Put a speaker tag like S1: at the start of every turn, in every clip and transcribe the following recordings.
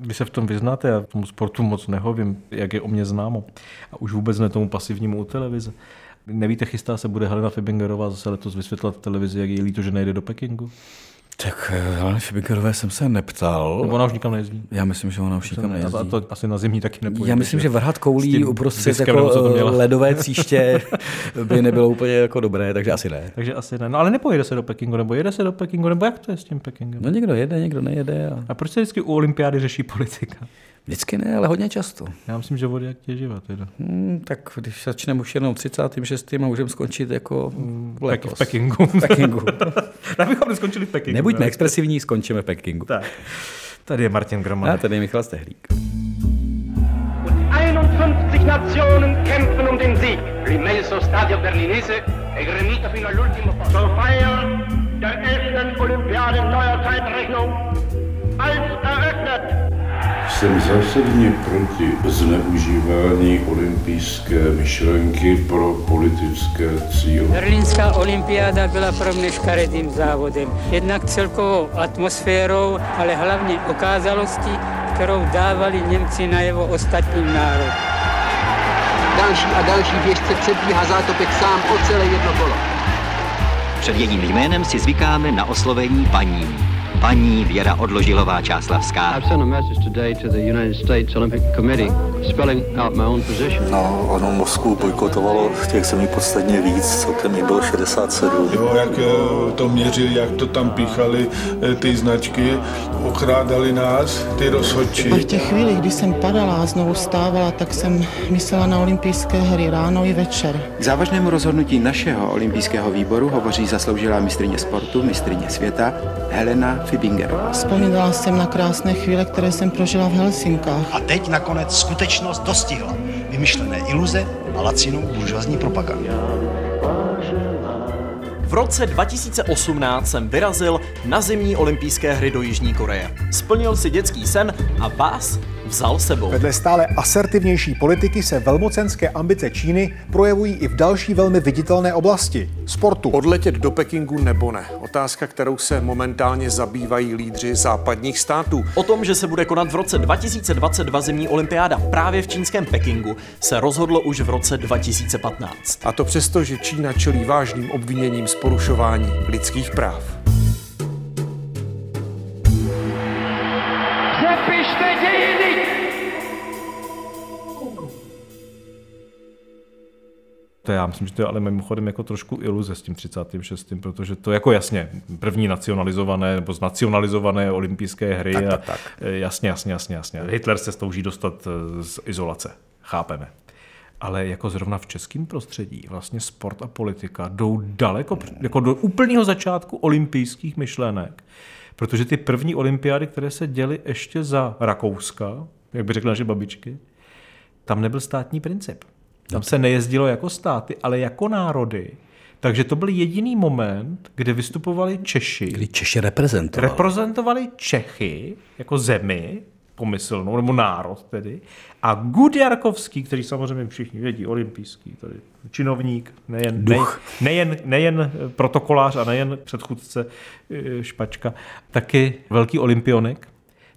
S1: Vy se v tom vyznáte, já tomu sportu moc nehovím, jak je o mě známo. A už vůbec ne tomu pasivnímu u televize. Nevíte, chystá se, bude Helena Fibingerová zase letos vysvětlovat v televizi, jak je jí líto, že nejde do Pekingu?
S2: Tak Heleny Fibikerové jsem se neptal.
S1: Nebo ona už nikam nejezdí?
S2: Já myslím, že ona už nikam nejezdí.
S1: A to asi na zimní taky nepojede.
S2: Já myslím, že vrhat koulí
S1: tím
S2: uprostřed
S1: diskem,
S2: jako
S1: nebo co to měla.
S2: ledové příště by nebylo úplně jako dobré, takže asi ne.
S1: Takže asi ne. No ale nepojede se do Pekingu, nebo jede se do Pekingu, nebo jak to je s tím Pekingem?
S2: No někdo jede, někdo nejede. A...
S1: A proč se vždycky u olympiády řeší politika?
S2: Vždycky ne, ale hodně často.
S1: Já myslím, že vody jak těživa teda.
S2: Hmm, tak když začneme už jenom 36. a můžeme skončit jako
S1: Pek- v
S2: letos.
S1: Pekingu.
S2: V Pekingu.
S1: Tak bychom neskončili v Pekingu.
S2: Nebuďme
S1: ne?
S2: expresivní, skončíme v Pekingu.
S1: Tak. Tady je Martin Groman.
S2: A tady je Michal Stehlík.
S3: 51 Nationen kämpfen um den Sieg. Rimeso Stadio Berlinese è gremita fino all'ultimo posto. Zur Feier der 11. Olympiade neuer Zeitrechnung als eröffnet.
S4: Jsem zásadně proti zneužívání olympijské myšlenky pro politické cíle.
S5: Berlínská olympiáda byla pro mě škaredým závodem. Jednak celkovou atmosférou, ale hlavně okázalostí, kterou dávali Němci najevo ostatním národům.
S6: Další a další běžce předbíhá zátopek sám o celé jedno kolo.
S7: Před jejím jménem si zvykáme na oslovení paní. Paní Věra Odložilová Čáslavská.
S8: I've sent a message today to the United States Olympic Committee spelling out my own position.
S9: No, ono Moskvu bojkotovalo v těch zemí podstatně víc, celkem jich bylo 67.
S10: Jo, jak eh, to měřili, jak to tam píchali eh, ty značky, okrádali nás, ty rozhodčí.
S5: V těch chvílích, kdy jsem padala a znovu stávala, tak jsem myslela na olympijské hry ráno i večer.
S6: K závažnému rozhodnutí našeho No, olympijského výboru hovoří zasloužilá mistrině sportu, mistrině světa Helena Fibingerová.
S5: Vzpomínala jsem na krásné chvíle, které jsem prožila v Helsinkách.
S8: A teď nakonec skutečnost dostihla vymyšlené iluze a lacinou buržoazní propagandu.
S7: V roce 2018 jsem vyrazil na zimní olympijské hry do Jižní Koreje. Splnil si dětský sen a vás vzal sebou.
S8: Vedle stále asertivnější politiky se velmocenské ambice Číny projevují i v další velmi viditelné oblasti – sportu.
S10: Odletět do Pekingu nebo ne? Otázka, kterou se momentálně zabývají lídři západních států.
S7: O tom, že se bude konat v roce 2022 zimní olympiáda právě v čínském Pekingu, se rozhodlo už v roce 2015.
S10: A to přesto, že Čína čelí vážným obviněním z porušování lidských práv.
S3: Zapište dějiny!
S1: To já myslím, že to je ale mimochodem jako trošku iluze s tím 36. Protože to jako jasně první nacionalizované nebo znacionalizované olympijské hry. Tak, a, tak, tak. Jasně, jasně, jasně, jasně. Hitler se stouží dostat eh, z izolace. Chápeme. Ale jako zrovna v českém prostředí vlastně sport a politika jdou daleko, pr- jako do úplného začátku olympijských myšlenek. Protože ty první olympiády, které se děly ještě za Rakouska, jak by řekly naše babičky, tam nebyl státní princip. Tam se nejezdilo jako státy, ale jako národy. Takže to byl jediný moment, kde vystupovali Češi,
S2: Kdy Češi reprezentoval.
S1: reprezentovali Čechy jako zemi, pomyslnou, nebo národ tedy, a Gudjarkovský, který samozřejmě všichni vědí, olympijský, tady činovník, nejen, ne, nejen, nejen protokolář a nejen předchůdce eh, Špačka, taky velký olympionik,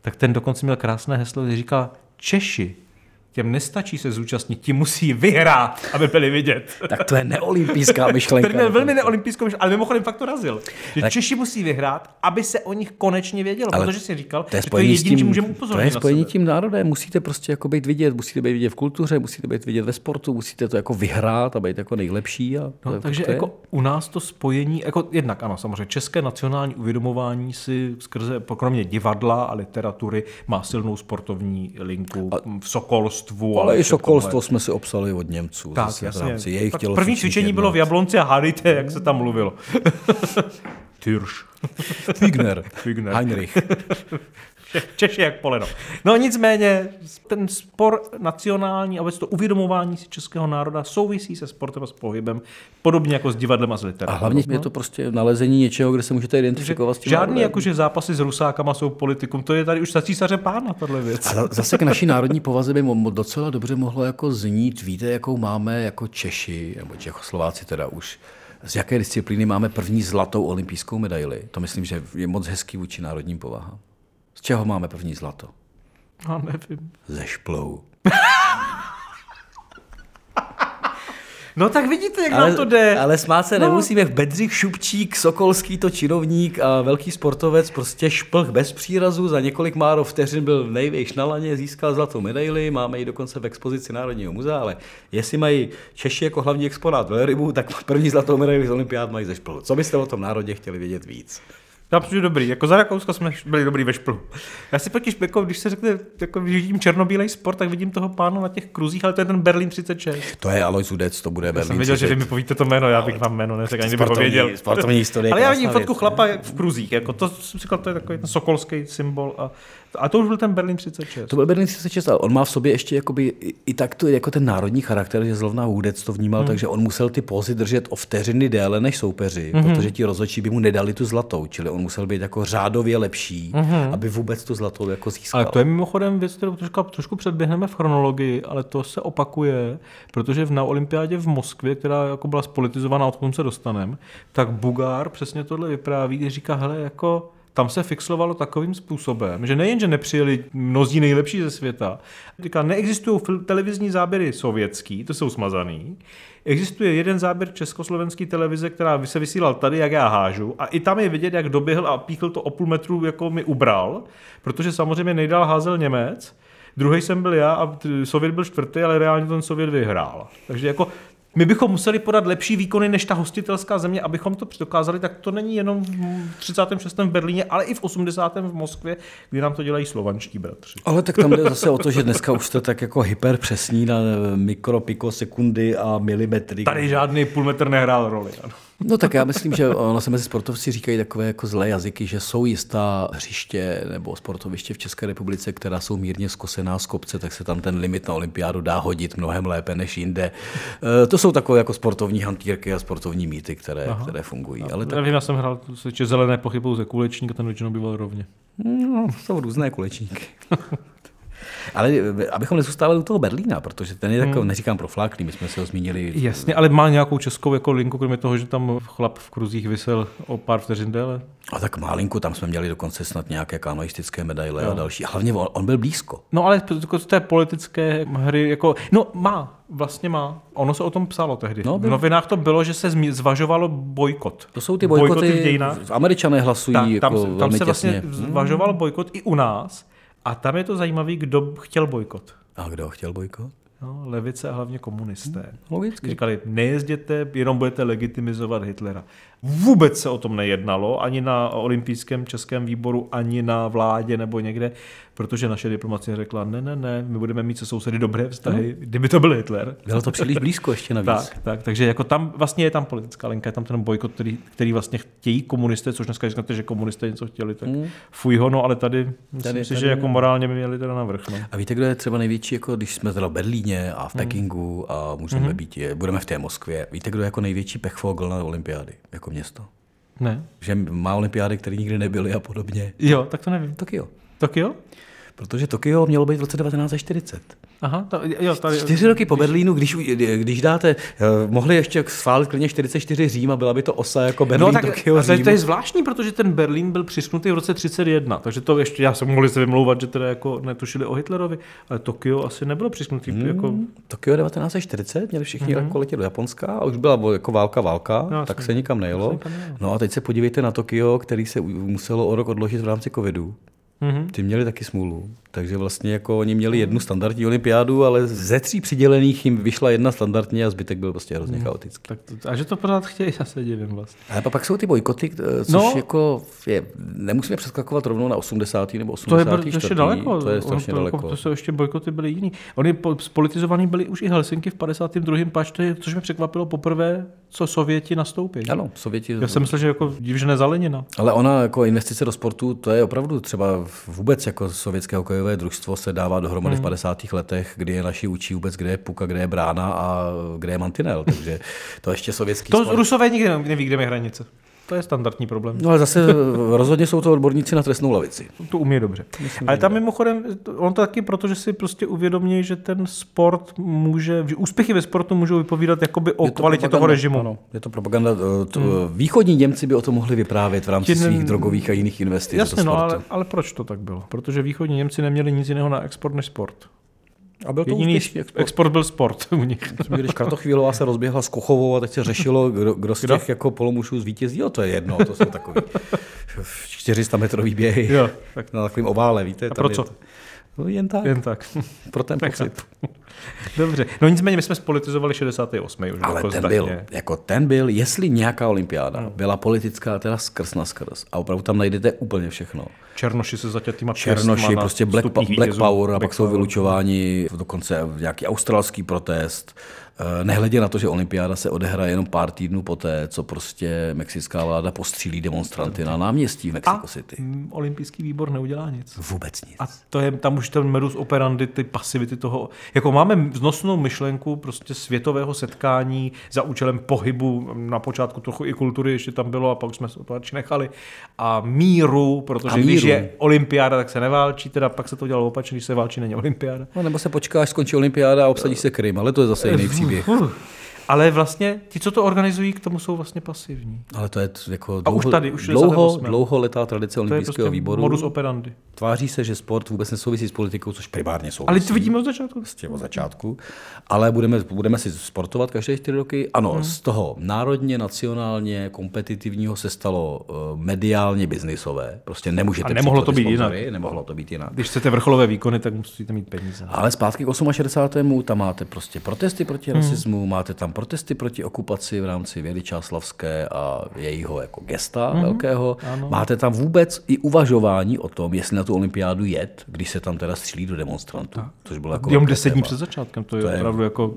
S1: tak ten dokonce měl krásné heslo, kdy říkal Češi, těm nestačí se zúčastnit, ti musí vyhrát, aby byli vidět.
S2: Tak to je neolympijská myšlenka.
S1: Který měl velmi neolimpijskou myšlenku, ale mimochodem fakt to razil. Že
S2: Tak-
S1: Češi musí vyhrát, aby se o nich konečně vědělo,
S2: Ale
S1: protože si říkal,
S2: to je
S1: že to je
S2: spojení s
S1: jediný,
S2: tím,
S1: čím můžeme
S2: to
S1: upozornit
S2: je spojení
S1: na sebe.
S2: tím národem, musíte prostě jako být vidět, musíte být vidět v kultuře, musíte být vidět ve sportu, musíte to jako vyhrát a být jako nejlepší. A to
S1: No,
S2: je-
S1: takže
S2: to je-
S1: jako u nás to spojení, jako jednak ano, samozřejmě české nacionální uvědomování si skrze, kromě divadla a literatury, má silnou sportovní linku v sokolstvu.
S2: Ale
S1: v tomhle.
S2: i sokolstvo jsme si obsali od Němců.
S1: jako- Tak,
S2: zase v
S1: jasně.
S2: rámci jejich no.
S1: Tak
S2: tělo
S1: první cvičení bylo v Jablonci a hádejte, jak se tam mluvilo. Tyrš.
S2: Figner.
S1: Figner.
S2: Heinrich.
S1: Češi jak poleno. No nicméně, ten spor nacionální a vůbec to uvědomování si českého národa souvisí se sportem a s pohybem, podobně jako s divadlem a s
S2: A
S1: literaturou.
S2: hlavně je to prostě nalezení něčeho, kde se můžete identifikovat s tím
S1: No. Žádný jako
S2: národem.
S1: jakože zápasy s rusákama jsou politikum, to je tady už za císaře pána, tahle věc.
S2: Ale zase k naší národní povaze by mo- mo- docela dobře mohlo jako znít, víte, jakou máme jako Češi, nebo Čechoslováci teda už, z jaké disciplíny máme první zlatou olympijskou medaili. To myslím, že je moc hezký vůči národním povaha. Z čeho máme první zlato?
S1: Já No, nevím.
S2: Ze šplou.
S1: No tak vidíte, jak
S2: ale,
S1: nám to jde.
S2: Ale smát se no. nemusíme. Bedřich Šupčík, Sokolský, to činovník a velký sportovec, prostě šplch bez přírazu, za několik máro vteřin byl největší na laně, získal zlatou medaili, máme ji dokonce v expozici Národního muzea, ale jestli mají Češi jako hlavní exponát velrybu, tak první zlatou medaili z olympiád mají ze šplhu. Co byste o tom národě chtěli vědět víc?
S1: Já přijdu dobrý. Jako za Rakouska jsme byli dobrý ve šplu. Já si totiž, jako, když se řekne, jako, když vidím černobílej sport, tak vidím toho pána na těch kruzích, ale to je ten Berlin 36.
S2: To je Alois Udec, to bude
S1: Jsem viděl, že vy mi povíte to jméno, já bych vám jméno neřekl, ani bych pověděl.
S2: sportovní historie je
S1: Ale já
S2: krásná
S1: vidím fotku
S2: věc,
S1: chlapa v kruzích, jako to, jsem říkal, to je takový ten sokolský symbol. A, a to už byl ten Berlin 36.
S2: To byl Berlin 36, ale on má v sobě ještě jakoby, i, i tak to je jako ten národní charakter, že zrovna Hudec to vnímal, hmm. takže on musel ty pózy držet o vteřiny déle než soupeři, hmm. protože ti rozhodčí by mu nedali tu zlatou, čili on musel být jako řádově lepší, hmm. aby vůbec tu zlatou jako získal.
S1: Ale to je mimochodem věc, kterou trošku, trošku předběhneme v chronologii, ale to se opakuje, protože v na olympiádě v Moskvě, která jako byla spolitizovaná, odkud se dostaneme, tak Bugár přesně tohle vypráví, když říká, hele, jako tam se fixovalo takovým způsobem, že nejen, že nepřijeli mnozí nejlepší ze světa, říká, neexistují fil- televizní záběry sovětský, to jsou smazaný, existuje jeden záběr československé televize, která se vysílal tady, jak já hážu, a i tam je vidět, jak doběhl a píchl to o půl metru, jako mi ubral, protože samozřejmě nejdál házel Němec, druhý jsem byl já a t- Sovět byl čtvrtý, ale reálně ten Sovět vyhrál. Takže jako my bychom museli podat lepší výkony než ta hostitelská země, abychom to dokázali, tak to není jenom v 36. v Berlíně, ale i v 80. v Moskvě, kdy nám to dělají slovanští bratři.
S2: Ale tak tam jde zase o to, že dneska už to je tak jako hyperpřesní na mikro, piko, sekundy a milimetry.
S1: Tady žádný půl metr nehrál roli. Ano.
S2: No tak já myslím, že ono se mezi sportovci říkají takové jako zlé jazyky, že jsou jistá hřiště nebo sportoviště v České republice, která jsou mírně skosená z kopce, tak se tam ten limit na olympiádu dá hodit mnohem lépe než jinde. Eh, To jsou takové jako sportovní hantýrky a sportovní mýty, které, které fungují. Ale tak,
S1: Nevím, já jsem hrál že zelené pochybou ze kulečník a ten většinou býval rovně.
S2: no, jsou různé kulečníky. Ale eh, abychom nezůstávali u toho Berlína, protože ten je takový, neříkám profláklý, my jsme se ho zmínili.
S1: Jasně, ale má nějakou českou jako linku, kromě toho, že tam chlap v kruzích vysel o pár vteřin déle?
S2: A tak málinku, tam jsme měli dokonce snad nějaké kanoistické medaile a další. A hlavně on, on byl blízko.
S1: No ale jako z té politické hry, jako, no má, vlastně má. Ono se o tom psalo tehdy. No,
S2: No,
S1: v
S2: bylo.
S1: novinách to bylo, že se zmi- zvažovalo bojkot.
S2: To jsou ty bojkoty,
S1: v dějinách.
S2: Američané hlasují
S1: Tak,
S2: jako
S1: tam, se- tam
S2: velmi
S1: se vlastně
S2: těsně.
S1: zvažoval bojkot i u nás a tam je to zajímavý, kdo chtěl bojkot.
S2: A kdo chtěl bojkot?
S1: No, levice a hlavně komunisté.
S2: Hmm, Logicky.
S1: Říkali, nejezděte, jenom budete legitimizovat Hitlera. Vůbec se o tom nejednalo, ani na olympijském českém výboru, ani na vládě nebo někde, protože naše diplomacie řekla, ne, ne, ne, my budeme mít se sousedy dobré vztahy, kdyby to byl Hitler.
S2: Bylo to příliš blízko ještě navíc.
S1: Tak, tak, takže jako tam vlastně je tam politická linka, je tam ten bojkot, který, který vlastně chtějí komunisté, což dneska říkáte, že komunisté něco chtěli, tak fuj ho, no ale tady, myslím
S2: Hmm. Tady-
S1: si,
S2: tady-
S1: že jako morálně by měli teda navrch. No.
S2: A víte, kdo je třeba největší, jako když jsme teda v Berlíně a v
S1: Hmm.
S2: Pekingu a můžeme být, je, budeme v té Moskvě. Víte, kdo je jako největší pechvogl na olympiády, jako město?
S1: Ne.
S2: Že má olympiády, které nikdy nebyly a podobně.
S1: Jo, tak to nevím.
S2: Tokio.
S1: Tokio?
S2: Protože Tokio mělo být v roce 1940.
S1: Aha, ta, jo, tady,
S2: Čtyři roky po Berlínu, když, u- když dáte, eh, mohli ještě schválit klidně 44 Řím a byla by to osa jako Berlín,
S1: No, tak,
S2: Tokio,
S1: a to, je,
S2: Řím.
S1: to je zvláštní, protože ten Berlín byl přisknutý v roce 31, takže to ještě, já jsem mohli se vymlouvat, že teda jako netušili o Hitlerovi, ale Tokio asi nebylo přisknutý hmm. jako...
S2: Tokio 1940, měli všichni mm-hmm. jako letět do Japonska a už byla jako válka, válka,
S1: Mhm. No,
S2: no, tak se nikam nejelo. No a teď se podívejte na Tokio, který se u- muselo o rok odložit v rámci covidu.
S1: Mhm.
S2: Mm-hmm. Ty měli taky smůlu. Takže vlastně jako oni měli jednu standardní olympiádu, ale ze tří přidělených jim vyšla jedna standardně a zbytek byl prostě
S1: Mhm.
S2: hrozně chaotický.
S1: Tak to, a že to pořád chtějí, já se divím vlastně.
S2: Ale pak jsou ty bojkoty, eh, což
S1: No.
S2: no, jako je, nemusíme přeskakovat rovnou na 80. nebo
S1: To je,
S2: 84.
S1: br- to ještě daleko.
S2: To je
S1: on-
S2: strašně
S1: to, jako-
S2: daleko.
S1: To jsou ještě bojkoty byly jiný. Oni po- spolitizovaný byli už i Helsinki v 52. pač, to je, což mě překvapilo poprvé, co Sověti nastoupí.
S2: Ano, Sověti
S1: Já jsem myslel, že jako divžené za Lenina.
S2: Ale ona jako investice do sportu, to je opravdu třeba vůbec jako sovětské hokejové družstvo se dává dohromady
S1: Hmm.
S2: v 50. letech, kdy je naši učí vůbec, kde je puka, kde je brána a kde je mantinel. Takže to ještě sovětský
S1: To
S2: sport.
S1: Rusové nikdy ne- neví, kde je hranice. To je standardní problém.
S2: No ale zase rozhodně jsou to odborníci na trestnou lavici.
S1: To umí dobře.
S2: Myslím,
S1: Ale tam mimochodem, on to taky, protože si prostě uvědomí, že ten sport může, že úspěchy ve sportu můžou vypovídat jakoby o kvalitě toho režimu. Hmm.
S2: Ano, je to propaganda. eh, To, Východní Němci by o tom mohli vyprávět v rámci
S1: Ti ne-
S2: svých drogových a jiných investic
S1: Jasně,
S2: do
S1: no,
S2: sportu.
S1: ale, ale proč to tak bylo? Protože východní Němci neměli nic jiného na export než sport.
S2: A byl to
S1: Jediný
S2: úspěšný
S1: export. export byl sport u nich.
S2: Když Kratochvílová se rozběhla s Kochovou a teď se řešilo, kdo, kdo z těch jako polomušů zvítězí, jo, to je jedno, to jsou takový 400 metrový běhy
S1: Jo,
S2: tak. na takovém ovále, víte.
S1: A
S2: tam
S1: pro
S2: je
S1: co?
S2: to- No, jen tak.
S1: Jen tak. no,
S2: Pro ten
S1: Nechat.
S2: pocit.
S1: Dobře. No nicméně, my jsme spolitizovali 68. už
S2: Ale
S1: jako No.
S2: ten
S1: zdatně.
S2: byl, jako ten byl, jestli nějaká olympiáda byla politická, teda skrz na skrz. A opravdu tam najdete úplně všechno.
S1: Černoši se zatětýma pěstma
S2: Černoši,
S1: na
S2: prostě Black,
S1: vstupních
S2: pa- Black
S1: vítězů.
S2: Power a
S1: Black
S2: pak jsou
S1: Power.
S2: vylučováni dokonce v nějaký australský protest. Eh, Nehledě na to, že olympiáda se odehraje jenom pár týdnů poté, co prostě mexická vláda postřílí demonstranty na náměstí v Mexico City.
S1: Mm, Olympijský výbor neudělá nic.
S2: Vůbec nic.
S1: A to je tam už ten medus operandi, ty pasivity toho. Jako máme vznosnou myšlenku prostě světového setkání za účelem pohybu, na počátku trochu i kultury ještě tam bylo a pak jsme se to radši nechali. A míru, protože
S2: A
S1: když
S2: míru.
S1: je olympiáda, tak se neválčí, teda pak se to dělalo opačně, když se válčí, není olympiáda.
S2: No, nebo se počká, až skončí olympiáda a obsadí se Krym, ale to je zase jiný příběh.
S1: Ale vlastně ti, co to organizují, k tomu jsou vlastně pasivní.
S2: Ale to je t- jako
S1: A už
S2: dlouho,
S1: tady, už
S2: dlouho,
S1: 68.
S2: dlouho letá tradice
S1: To je
S2: olympijského
S1: prostě
S2: výboru.
S1: modus operandi.
S2: Tváří se, že sport vůbec nesouvisí s politikou, což primárně souvisí.
S1: Ale to vidíme od začátku.
S2: prostě od začátku, ale budeme, budeme si sportovat každé čtyři roky. Ano, hmm. z toho národně, nacionálně, kompetitivního se stalo eh, mediálně biznisové. Prostě nemůžete
S1: A nemohlo
S2: připlet
S1: to
S2: ty
S1: být
S2: sponzory, Nemohlo to být jinak.
S1: Když chcete vrcholové výkony, tak musíte mít peníze.
S2: Ale zpátky k 68. tam máte prostě protesty proti
S1: Hmm.
S2: rasismu, máte tam protesty proti okupaci v rámci Vědy Čáslavské a jejího jako gesta
S1: Hmm.
S2: velkého. Máte tam vůbec i uvažování o tom, jestli na tu olympiádu jet, když se tam teda střílí do demonstrantů. Což bylo jako
S1: Jenom
S2: velké
S1: deset dní
S2: téma.
S1: před začátkem, to je,
S2: To je-
S1: opravdu jako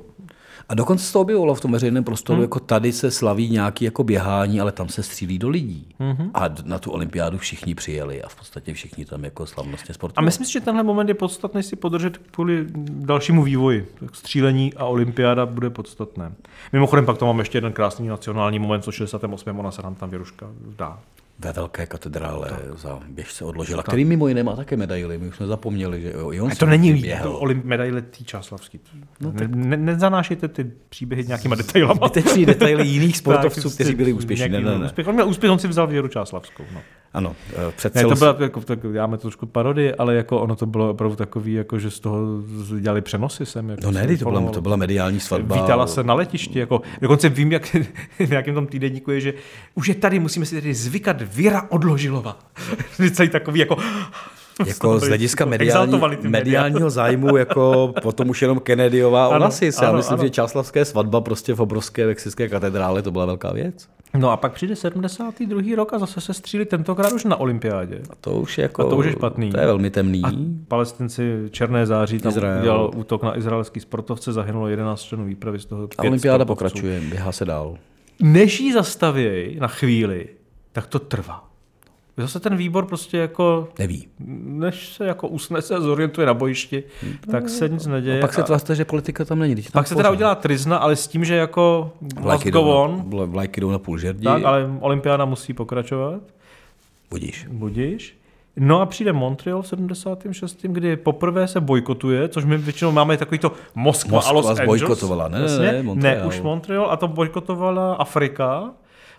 S2: A dokonce se to objevilo v tom veřejném prostoru, hmm. jako tady se slaví nějaký jako běhání, ale tam se střílí do lidí. Hmm. A d- na tu olympiádu všichni přijeli a v podstatě všichni tam jako slavnostně
S1: A
S2: sportovali.
S1: myslím si, že tenhle moment je podstatný si podržet kvůli dalšímu vývoji. Tak střílení a olympiáda bude podstatné. Mimochodem pak tam mám ještě jeden krásný nacionální moment, co 68. ona se nám tam Věruška dá.
S2: Ve velké katedrále za běžce odložila, který mimo jiné má také medaily, my už jsme zapomněli, že jo, i on
S1: A
S2: se
S1: to není
S2: běhal.
S1: to olymp, medaile tý Čáslavský. No, ne, ne, nezanášejte ty příběhy nějakýma detailama.
S2: Zbytečný detaily jiných sportovců,
S1: Tak,
S2: kteří byli
S1: nějaký
S2: úspěšní. Ne, ne, ne.
S1: Úspěch. On měl úspěch, on si vzal Věru Čáslavskou. No.
S2: Ano, eh, před
S1: Ne,
S2: celou...
S1: to byla jako, tak dáme to trošku parodii, ale jako ono to bylo opravdu takový, jako že z toho z- dělali přenosy sem. Jako
S2: No
S1: se
S2: ne, to byla,
S1: informovalo.
S2: to byla mediální svatba.
S1: Vítala se na letišti. Jako, dokonce vím, jak v nějakém tom týdenníku je, že už je tady, musíme si tady zvykat Věra Odložilova. Celý takový jako...
S2: Jako z hlediska mediální,
S1: Exaltovali ty média.
S2: mediálního zájmu, jako potom už jenom Kennedyová
S1: Ano,
S2: Onassis. Já
S1: ano,
S2: myslím,
S1: ano.
S2: že Čáslavské svatba prostě v obrovské vexické katedrále, to byla velká věc.
S1: No a pak přijde 72. rok a zase se střílí tentokrát už na olympiádě.
S2: To už je jako...
S1: A to už je špatný.
S2: To je velmi temný.
S1: A palestinci Černé září tam
S2: Izrael.
S1: udělal útok na izraelský sportovce, zahynulo 11 členů výpravy z toho
S2: A
S1: pět
S2: olympiáda
S1: sportovců.
S2: pokračuje, běhá se dál.
S1: než ji zastavějí na chvíli, tak to trvá. Zase ten výbor prostě jako,
S2: Neví.
S1: než se jako usnese a zorientuje na bojišti, tak se nic neděje.
S2: No, Pak se
S1: a
S2: tvářte, že politika tam není. teď tam
S1: pak se teda
S2: pořád.
S1: udělá trizna, ale s tím, že jako must
S2: vlajky
S1: go
S2: jdou, na,
S1: on,
S2: vla- vlajky jdou na půl žerdi.
S1: tak, ale olympiáda musí pokračovat,
S2: Budíš.
S1: budíš. No a přijde Montreal v 76., kdy poprvé se bojkotuje, což my většinou máme takový to Moskva,
S2: Moskva
S1: a Los Angeles.
S2: zbojkotovala, ne, ne,
S1: Jasně.
S2: ne, Montreal.
S1: ne, už Montreal a to bojkotovala Afrika,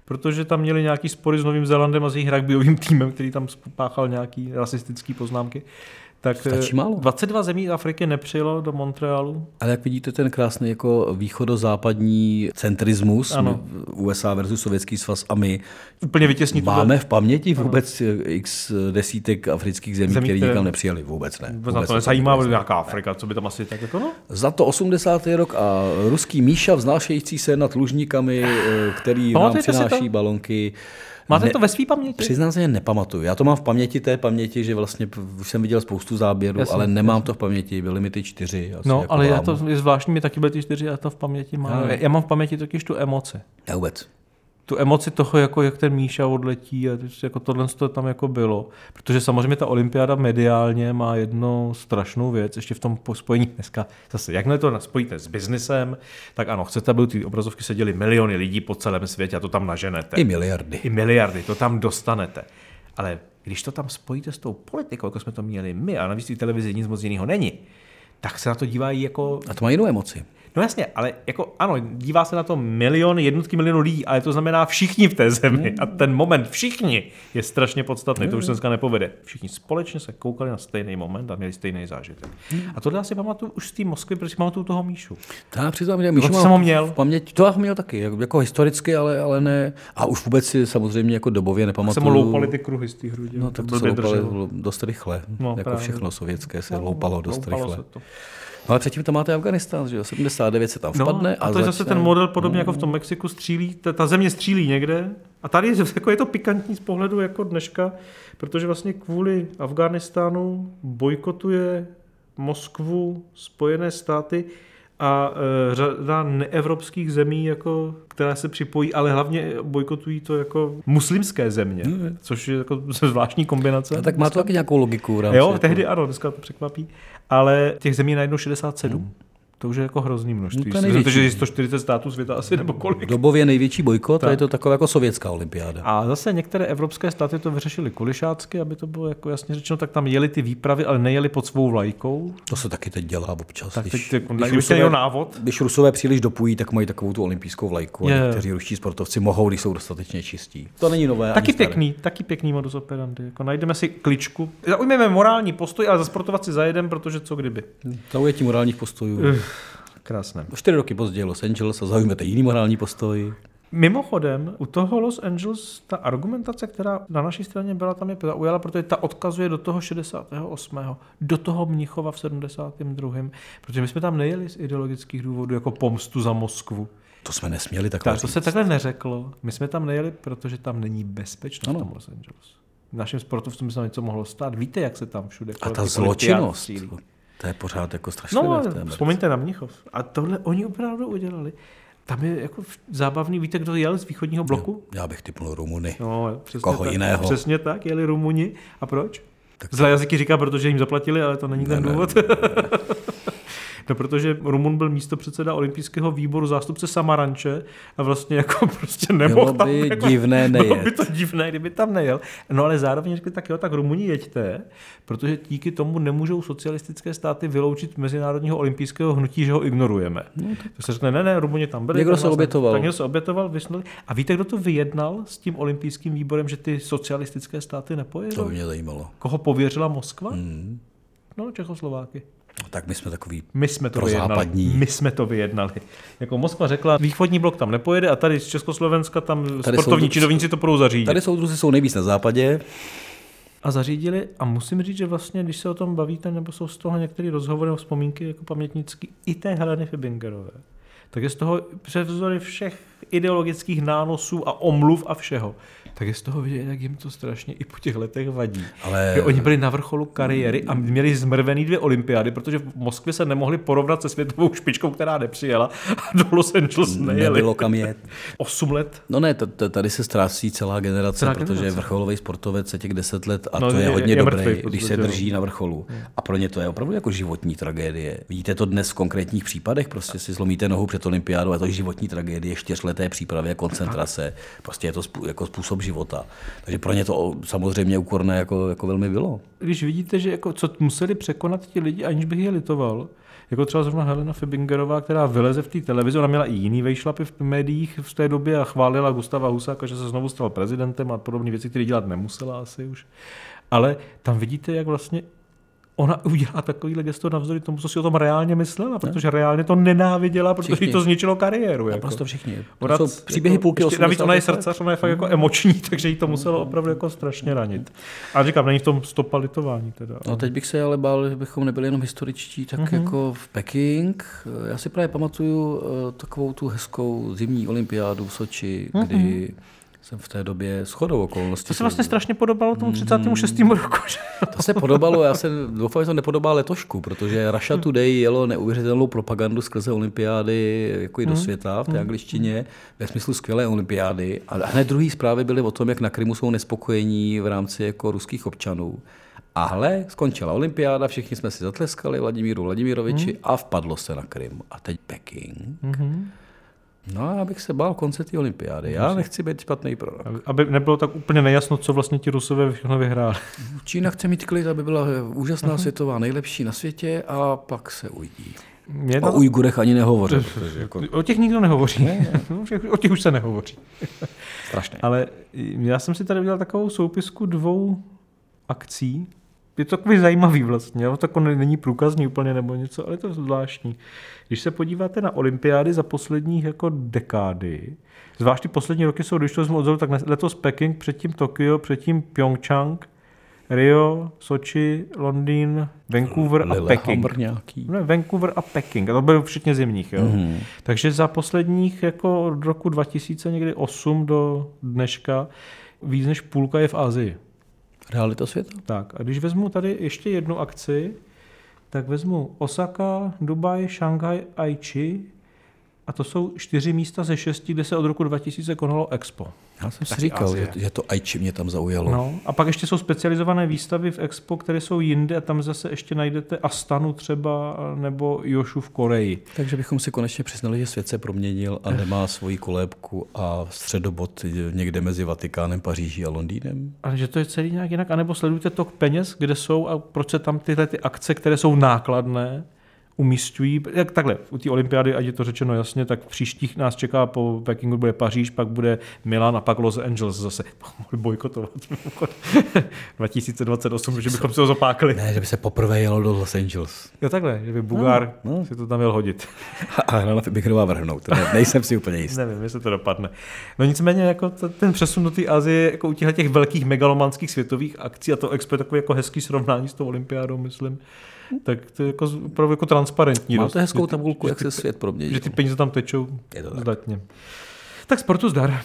S1: protože tam měli nějaký spory s Novým Zélandem a s jejich rugbyovým týmem, který tam páchal nějaký rasistický poznámky. Tak
S2: Stačí
S1: eh,
S2: málo.
S1: 22 zemí Afriky nepřijelo do Montrealu.
S2: Ale jak vidíte ten krásný jako východozápadní centrismus ano. USA versus Sovětský svaz a my
S1: Úplně vytěsnit tuto-
S2: máme v paměti vůbec ano. x eh, desítek afrických
S1: Zemí,
S2: zemí, zemí které
S1: které-
S2: nikam nepřijeli. Vůbec ne.
S1: Vůbec na to nezajímá, protože nějaká Afrika, co by tam asi tak jako no.
S2: Za to 80. rok a ruský Míša vznášející se nad lužníkami, eh, který nám
S1: Pamatujete si to?
S2: přináší balonky.
S1: Máte
S2: Ne-
S1: to ve svý paměti?
S2: Přiznám se, že nepamatuju. Já to mám v paměti té paměti, že vlastně p- už jsem viděl spoustu záběrů,
S1: Jasně,
S2: ale nemám to v paměti. Byly mi ty čtyři. Asi
S1: No,
S2: jako
S1: ale já
S2: vám.
S1: to je zvláštní, mi taky byly ty čtyři, já to v paměti mám. Já, já mám v paměti totiž tu emoci.
S2: Ne vůbec.
S1: tu emoci toho, jako jak ten Míša odletí, a teď jako tohle to tam jako bylo. Protože samozřejmě ta olympiáda mediálně má jednu strašnou věc, ještě v tom spojení dneska. Zase, jakmile to spojíte s biznisem, tak ano, chcete, aby u té obrazovky seděly miliony lidí po celém světě a to tam naženete.
S2: I miliardy.
S1: I miliardy, to tam dostanete. Ale když to tam spojíte s tou politikou, jako jsme to měli my, a navíc té televizi nic moc jiného není, tak se na to dívají jako...
S2: A to má jinou emoci.
S1: No jasně, ale jako ano, dívá se na to milion, jednotky milionů lidí, ale to znamená všichni v té zemi. A ten moment všichni je strašně podstatný, to už se dneska nepovede. Všichni společně se koukali na stejný moment a měli stejný zážitek. A tohle já si pamatuju už z té Moskvy, protože si pamatuju toho Míšu.
S2: To já přiznám, že Míšu
S1: jsem ho měl.
S2: v Paměť, to já ho měl taky, jak- jako historicky, ale, ale ne. A už vůbec si samozřejmě jako dobově nepamatuju.
S1: Jsem mu loupali ty kruhy z té hrudi.
S2: No tak to se
S1: blbě
S2: loupali
S1: držel.
S2: dost rychle.
S1: No,
S2: No, jako
S1: právě. No,
S2: všechno sovětské se loupalo dost
S1: Loupalo
S2: rychle.
S1: se to.
S2: No ale předtím tam máte Afganistán, že jo? 79 se tam
S1: No,
S2: vpadne.
S1: a to je zase
S2: začne- Hmm.
S1: ten model podobně jako v tom Mexiku střílí, ta, ta země střílí někde. A tady je, jako je to pikantní z pohledu jako dneška, protože vlastně kvůli Afghánistánu bojkotuje Moskvu Spojené státy a e, řada neevropských zemí, jako, které se připojí, ale hlavně bojkotují to jako muslimské země, což je jako zvláštní kombinace.
S2: A Hmm. No, tak má to taky nějakou logiku. v rámci
S1: Jo,
S2: jako-
S1: tehdy ano, dneska to překvapí, ale těch zemí je najednou 67. To už je jako hrozný množství.
S2: Hmm. No to je
S1: No protože
S2: největší.
S1: je 140 států světa asi nebo kolik.
S2: Dobově největší bojkot, a je to taková jako sovětská olympiáda.
S1: A zase některé evropské státy to vyřešily kulišácky, aby to bylo jako jasně řečeno, tak tam jeli ty výpravy, ale nejeli pod svou vlajkou.
S2: To se taky teď dělá občas.
S1: Tak teď, teď, když už je návod,
S2: Když Rusové příliš dopují, tak mají takovou tu olympijskou vlajku.
S1: Je,
S2: A
S1: je.
S2: někteří ruští sportovci mohou, když jsou dostatečně čistí. To není nové.
S1: Taky pěkný, taky pěkný modus operandi. Jako najdeme si kličku. Zaujmeme morální postoj, ale zasportovat si zajedem, protože co kdyby.
S2: Zaujetí morálních postojů.
S1: Krásné.
S2: O čtyři roky později Los Angeles a zaujmete jiný morální postoj.
S1: Mimochodem, u toho Los Angeles ta argumentace, která na naší straně byla, tam je zaujala, protože ta odkazuje do toho 68. do toho Mnichova v 72. Protože my jsme tam nejeli z ideologických důvodů jako pomstu za Moskvu.
S2: To jsme nesměli takhle.
S1: Tak, to
S2: říct.
S1: se takhle neřeklo. My jsme tam nejeli, protože tam není bezpečnost
S2: Ano.
S1: v tom Los Angeles. Našim sportovcům by se tam něco mohlo stát. Víte, jak se tam všude
S2: A
S1: kolem těch
S2: ta
S1: olympiád
S2: zločinnost,
S1: střílí.
S2: to je pořád jako strašlivé.
S1: No,
S2: v té Americe.
S1: vzpomeňte na Mnichov. A tohle oni opravdu udělali. Tam je jako v- zábavný, víte, kdo jel z východního bloku?
S2: Já bych typnul Rumuny.
S1: No, přesně
S2: Koho
S1: tak.
S2: jiného?
S1: Přesně tak, jeli Rumuni. A proč? Tak Zlé jazyky říká, protože jim zaplatili, ale to není ten důvod. No, protože Rumun byl místo předseda olympijského výboru zástupce Samaranče a vlastně jako prostě nemohl
S2: Bylo
S1: tam,
S2: by
S1: jako,
S2: divné
S1: Bylo by
S2: nejet.
S1: to divné, kdyby tam nejel. No ale zároveň řekli, tak jo, tak Rumuni jeďte, protože díky tomu nemůžou socialistické státy vyloučit mezinárodního olympijského hnutí, že ho ignorujeme. No, tak. se řekne, ne, ne, Rumuni tam byli.
S2: Někdo
S1: tak
S2: se
S1: vás-
S2: obětoval.
S1: Tak někdo se obětoval, vysnuli. A víte, kdo to vyjednal s tím olympijským výborem, že ty socialistické státy
S2: To Hmm.
S1: nepojedou?
S2: by mě zajímalo.
S1: Koho pověřila Moskva? No, Čechoslováky.
S2: Tak my jsme takový
S1: My jsme to
S2: Pro
S1: vyjednali.
S2: západní.
S1: My jsme to vyjednali. Jako Moskva řekla, východní blok tam nepojede a tady z Československa tam
S2: Tady
S1: tady sportovní
S2: jsou-
S1: činovníci to budou zařídit.
S2: Tady soudruzi jsou nejvíc na západě.
S1: A zařídili a musím říct, že vlastně, když se o tom bavíte, nebo jsou z toho některé rozhovory nebo vzpomínky jako pamětnický i té Heleny Fibingerové, tak je z toho převzory všech ideologických nánosů a omluv a všeho. Tak je z toho vidět, jak jim to strašně i po těch letech vadí.
S2: Ale-
S1: Že oni byli na vrcholu kariéry a měli zmrvený dvě olympiády, protože v Moskvě se nemohli porovnat se světovou špičkou, která nepřijela a do Los Angeles nejeli.
S2: Nebylo kam jet.
S1: Osm let.
S2: No ne, t- t- tady se ztrácí celá generace,
S1: Celá
S2: celá protože
S1: generace.
S2: generace. vrcholový sportovec se těch 10 let a
S1: No,
S2: no, to je,
S1: je-
S2: je hodně
S1: je
S2: je dobrý,
S1: mrtvej v
S2: když
S1: podstatě,
S2: se
S1: no.
S2: drží na vrcholu. A pro ně to je opravdu jako životní tragédie. Vidíte to dnes v konkrétních případech, prostě si zlomíte nohu před olympiádou a to je životní tragédie, čtyřleté přípravy, koncentrace, prostě je to způ, jako způsob života. Takže pro ně to o- samozřejmě úkorné jako, jako velmi bylo.
S1: když vidíte, že jako, co museli překonat ti lidi, aniž bych je litoval, jako třeba zrovna Helena Fibingerová, která vyleze v té televizi, ona měla i jiný vejšlapy v médiích v té době a chválila Gustava Husáka, že se znovu stal prezidentem a podobné věci, které dělat nemusela asi už. Ale tam vidíte, jak vlastně ona udělá takovýhle gesto navzdory tomu, co si o tom reálně myslela, protože reálně to nenáviděla, protože jí to zničilo kariéru. Jako.
S2: Naprosto všichni. To
S1: Ona
S2: jsou příběhy
S1: jako,
S2: půlky
S1: ještě, Navíc ona je
S2: 80. let.
S1: srdcař, ona je fakt jako emoční, takže jí to muselo opravdu jako strašně ranit. A říkám, není v tom stopa litování teda.
S2: No teď bych se ale bál, že bychom nebyli jenom historičtí, tak mm-hmm. jako v Peking. Já si právě pamatuju eh, takovou tu hezkou zimní olympiádu v Soči, mm-hmm. kdy jsem v té době shodou okolností.
S1: To se vlastně strašně podobalo tomu 36. roku. Že?
S2: To se podobalo, já se doufám, že to nepodobá letošku, protože Russia Today jelo neuvěřitelnou propagandu skrze olympiády jako i do světa v té angličtině, ve smyslu skvělé olympiády. A hned druhý zprávy byly o tom, jak na Krymu jsou nespokojení v rámci jako ruských občanů. A hle, skončila olympiáda, všichni jsme si zatleskali Vladimíru Vladimiroviči a vpadlo se na Krym. A teď Peking. No, já bych se bál konce té olympiády. Já nechci být špatný prorok.
S1: Aby nebylo tak úplně nejasno, co vlastně ti Rusové všechno vyhráli.
S2: Čína chce mít klid, aby byla úžasná světová, nejlepší na světě a pak se uvidí.
S1: Mě
S2: O
S1: to-
S2: Ujgurech ani nehovořím. protože Jako
S1: O těch nikdo nehovoří. O těch- O těch už se nehovoří.
S2: strašné.
S1: Ale já jsem si tady udělal takovou soupisku dvou akcí. Je to takový zajímavý vlastně, jo? to jako ne- není průkazní úplně nebo něco, ale je to zvláštní. Když se podíváte na olympiády za posledních jako dekády, zvlášť ty poslední roky jsou, když to jsme odzoru, tak letos Peking, předtím Tokio, předtím Pyeongchang, Rio, Soči, Londýn, Vancouver a Peking.
S2: Lillehammer nějaký.
S1: Ne, Vancouver a Peking, a to byly včetně zimních. Jo? Mm-hmm. Takže za posledních jako od roku 2000 někdy 8 do dneška víc než půlka je v Asii.
S2: Realita světa.
S1: Tak a když vezmu tady ještě jednu akci, tak vezmu Osaka, Dubaj, Šanghaj, Aichi a to jsou čtyři místa ze šesti, kde se od roku 2000 konalo Expo.
S2: Já jsem si říkal, že, že to Aichi mě tam zaujalo.
S1: No, a pak ještě jsou specializované výstavy v Expo, které jsou jinde a tam zase ještě najdete Astanu třeba nebo Jošu v Koreji.
S2: Takže bychom si konečně přiznali, že svět se proměnil a nemá svoji kolébku a středobod někde mezi Vatikánem, Paříží a Londýnem.
S1: Ale že to je celý nějak jinak, anebo sledujte tok peněz, kde jsou a proč se tam tyhle ty akce, které jsou nákladné, umístují. Jak takhle, u té olympiády, ať je to řečeno jasně, tak v příštích nás čeká po Pekingu bude Paříž, pak bude Milan a pak Los Angeles zase. Mohli bojkotovat. 2028, že bychom se ho zapákli.
S2: Ne, že by se poprvé jelo do Los Angeles.
S1: Jo takhle, že by Bugár no, no. si to tam měl hodit.
S2: A Helena Fibicherová vrhnout. Ne, nejsem si úplně jistý.
S1: Nevím, jestli to dopadne. No nicméně jako t- ten přesun do té Azie jako u těchto těch velkých megalomanských světových akcí a to expo je takový jako hezký srovnání s tou olympiádou, myslím, tak to je jako z- opravdu jako transparentní. dost,
S2: Máte hezkou
S1: že ty-
S2: tabulku, jak se svět
S1: Že
S2: proměnil.
S1: ty peníze tam tečou
S2: Je to tak.
S1: zdatně. Tak sportu zdar.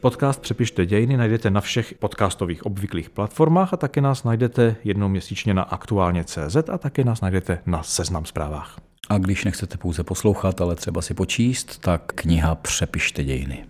S1: Podcast Přepište dějiny najdete na všech podcastových obvyklých platformách a také nás najdete jednou měsíčně na aktuálně.cz a také nás najdete na Seznam zprávách.
S2: A když nechcete pouze poslouchat, ale třeba si počíst, tak kniha Přepište dějiny.